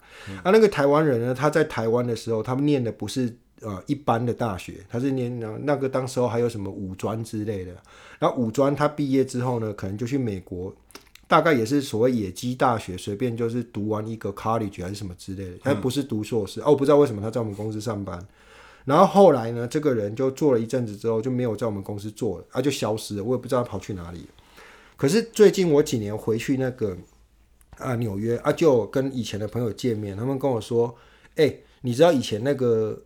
S1: 啊，那个台湾人呢，他在台湾的时候，他们念的不是呃一般的大学，他是念呃那个当时候还有什么五专之类的。然后五专他毕业之后呢，可能就去美国。大概也是所谓野鸡大学，随便就是读完一个 college 还是什么之类的，他不是读硕士、哦，我不知道为什么他在我们公司上班，然后后来呢，这个人就做了一阵子之后就没有在我们公司做了，他、就消失了，我也不知道他跑去哪里了。可是最近我几年回去那个啊纽约啊，就有跟以前的朋友见面，他们跟我说，哎、你知道以前那个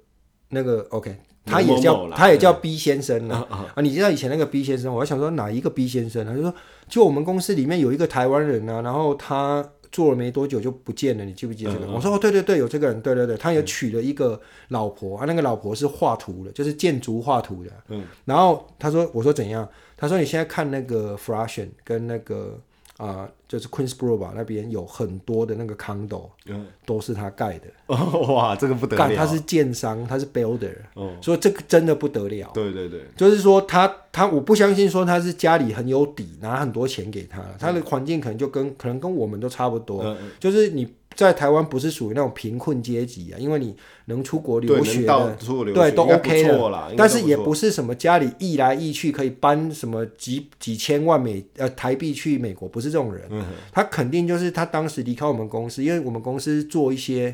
S1: 那个 OK。他也
S2: 某
S1: 叫
S2: 某啦
S1: 他也叫 B 先生啦啊！你知道以前那个 B 先生，我还想说哪一个 B 先生？他就说，就我们公司里面有一个台湾人啊，然后他做了没多久就不见了，你记不记得这个？我说哦，对对对，有这个人，对对对，他也娶了一个老婆啊，那个老婆是画图的，就是建筑画图的。嗯，然后他说，我说怎样？他说你现在看那个 Fashion 跟那个啊、就是 Queensboro 吧那边有很多的那个 condo，
S2: 嗯
S1: 都是他盖的。
S2: [laughs] 哇，这个不得
S1: 嗯干，
S2: 了。
S1: 他是建商，他是 builder，、
S2: 哦
S1: 所以这个真的不得了。
S2: 对对对，
S1: 就是说他他我不相信说他是家里很有底，拿很多钱给他，他的环境可能就跟可能跟我们都差不多，
S2: 嗯
S1: 就是你在台湾不是属于那种贫困阶级啊，因为你能出国留
S2: 对
S1: 学啊
S2: 能到
S1: 的，
S2: 出国留
S1: 对
S2: 学
S1: 都
S2: 应该
S1: OK
S2: 不错啦
S1: 了
S2: 应，该
S1: 但
S2: 都
S1: 是
S2: 不
S1: 也
S2: 错
S1: 不是什么家里一来一去可以搬什么几几千万美呃台币去美国，不是这种
S2: 嗯
S1: 人，他肯定就是他当时离开我们公司，因为我们公司做一些。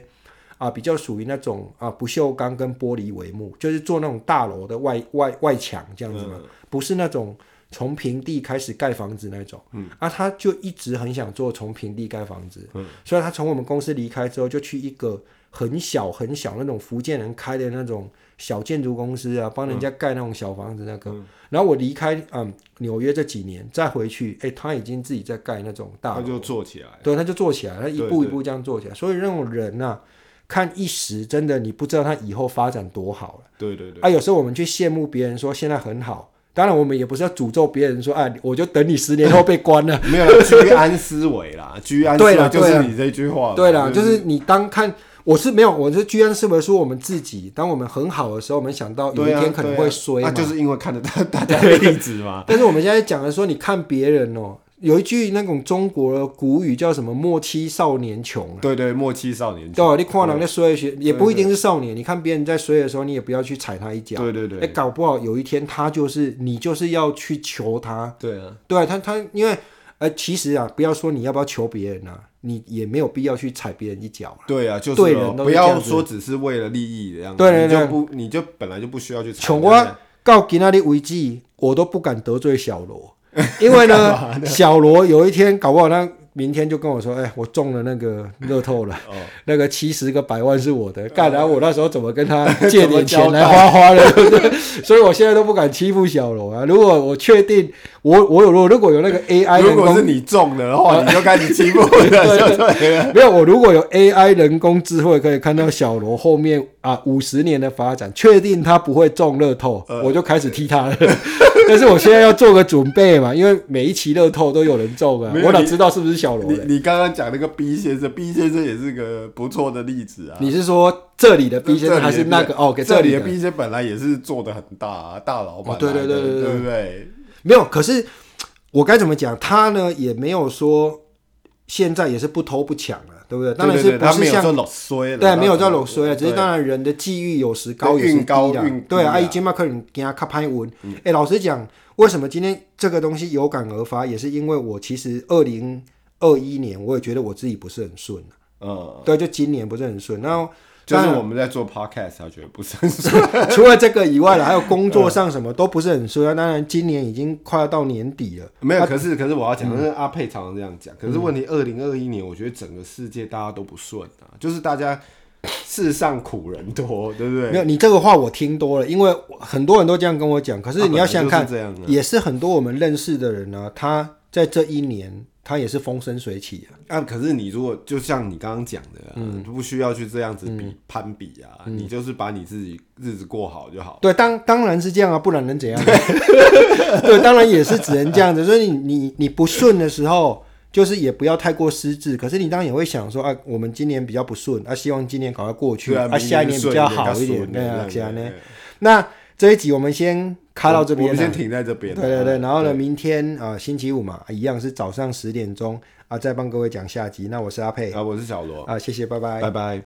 S1: 啊，比较属于那种啊不锈钢跟玻璃帷幕，就是做那种大楼的外外外墙这样子
S2: 嗯
S1: 嘛，不是那种从平地开始盖房子那种。嗯，啊，他就一直很想做从平地盖房子，嗯，所以他从我们公司离开之后，就去一个很小很小那种福建人开的那种小建筑公司啊，帮人家盖那种小房子那个。然后我离开嗯纽约这几年再回去，哎、他已经自己在盖那种大
S2: 他
S1: 楼
S2: 就做起来。
S1: 对，他就做起来，他一
S2: 对
S1: 步一
S2: 嗯对
S1: 步这样做起来。所以那种人呐、看一时，真的你不知道他以后发展多好了。
S2: 对对对，
S1: 啊，有时候我们去羡慕别人说现在很好，当然我们也不是要诅咒别人说，哎，我就等你十年后被关
S2: [laughs]
S1: 了。
S2: 没有啦居安思
S1: [laughs]
S2: 危啦，居安思
S1: 对啦
S2: 危就
S1: 对
S2: 是
S1: 啦
S2: 你这句话嘛。
S1: 对啦，就是你当看。我是没有，我是居安思危，说我们自己，当我们很好的时候，我们想到有一
S2: 对啊
S1: 天可能会衰
S2: 对
S1: 嘛。
S2: 啊，啊就是因为看得到 [laughs] 大家的例子
S1: [laughs]
S2: 嘛。
S1: 但是我们现在讲的说，你看别人哦，有一句那种中国的古语叫什么“莫欺少年穷”啊
S2: 对对，莫欺少年
S1: 对，啊你看人在衰的时候，也不一定是少年。你看别人在衰的时候，你也不要去踩他一脚。
S2: 对对对
S1: 哎，搞不好有一天他就是你，就是要去求他。
S2: 对啊，
S1: 对他，他因为呃，其实啊，不要说你要不要求别人啊，你也没有必要去踩别人一脚。
S2: 对啊，就是
S1: 对
S2: 哦
S1: 人都
S2: 不
S1: 是这
S2: 要
S1: 样子
S2: 说只是为了利益的样子，
S1: 对对对
S2: 你就不你就本来就不需要去踩
S1: 穷
S2: 人家
S1: 我到今那里为止，我都不敢得罪小罗，因为
S2: [laughs]
S1: 呢，小罗有一天搞不好他明天就跟我说：“哎、我中了那个乐透了，
S2: 哦
S1: 那个七十个百万是我的。”干，然后我那时候怎么跟
S2: [laughs]
S1: 他借点钱来花花的， [laughs] 对不对？所以我现在都不敢欺负小罗啊。如果我确定我我有如果有那个 AI
S2: 如
S1: 人
S2: 果
S1: 工呃
S2: 是你中了的话，你就开始欺负
S1: [laughs]
S2: 人，[laughs] 就对了。
S1: 没有，我如果有 AI 人工智慧，可以看到小罗后面啊五十年的发展，确定他不会中乐透，
S2: 呃
S1: 我就开始踢他了。 [laughs] 但是我现在要做个准备嘛，因为每一期乐透都有人中啊
S2: 没，有
S1: 我哪
S2: 你
S1: 知道是不是小罗
S2: 你
S1: 嘞？
S2: 你刚刚讲那个 B 先生，B 先生也是个不错的例子啊。
S1: 你是说这里的 B 先生还是那个哦？给
S2: 这
S1: 这
S2: 里
S1: 里
S2: 的
S1: 的
S2: B 先生本来也是做的很大啊，大老板
S1: 哦对
S2: 来
S1: 对
S2: 的，
S1: 对对对
S2: 对不对？
S1: 没有，可是我该怎么讲？他呢也没有说现在也是不偷不抢了、啊对不对？当然
S2: 对
S1: 是
S2: 对对
S1: 不
S2: 他
S1: 是
S2: 没有
S1: 像
S2: 说老衰了，
S1: 对，没有
S2: 这
S1: 叫落水啊，只是当然人的际遇有时高
S2: 对
S1: 有时
S2: 运高
S1: 低啦
S2: 运低嗯
S1: 对啊，
S2: 啦
S1: 啊，伊今麦可能给他较歹运。哎、老实讲，为什么今天这个东西有感而发，也是因为我其实二零二一年我也觉得我自己不是很顺、啊，
S2: 嗯，
S1: 对，就今年不是很顺。然后
S2: [laughs] 就
S1: 当
S2: 是
S1: 然
S2: 我们在做 podcast，他觉得不是很顺
S1: 除了这个以外了，还有工作上什么都不是很顺啊。当然，今年已经快要到年底了，
S2: [laughs] 没有，可是可是我要
S1: 嗯
S2: 讲，因为阿佩常常这样讲。可是问题，二零二一年，我觉得整个世界大家都不顺啊，就是大家世上苦人多，对不对？啊
S1: 没有你这个话我听多了，因为我很多人都这样跟我讲。可
S2: 啊
S1: 是你要想想看
S2: 本来，就是这样啊，
S1: 也是很多我们认识的人呢、他在这一年他也是风生水起啊。
S2: 啊，可是你如果就像你刚刚讲的、啊，
S1: 嗯
S2: 不需要去这样子比、攀比啊，你就是把你自己日子过好就好。
S1: 对，当当然是这样啊，不然能怎样？ [laughs] 对，当然也是只能这样子。所以你你你不顺的时候，就是也不要太过失智。可是你当然也会想说啊，我们今年比较不顺啊，希望今年赶快过去
S2: 对
S1: 啊，下一年比较好一点，对啊，这样呢。那这一集我们先卡到这边啊，
S2: 我们先停在这边、
S1: 对
S2: 啊。
S1: 对对，然后呢，明天啊、呃星期五嘛，一样是早上十点钟啊，再帮各位讲下集。那我是阿佩
S2: 对？啊，我是小罗，
S1: 啊，谢谢，拜拜。
S2: 拜拜。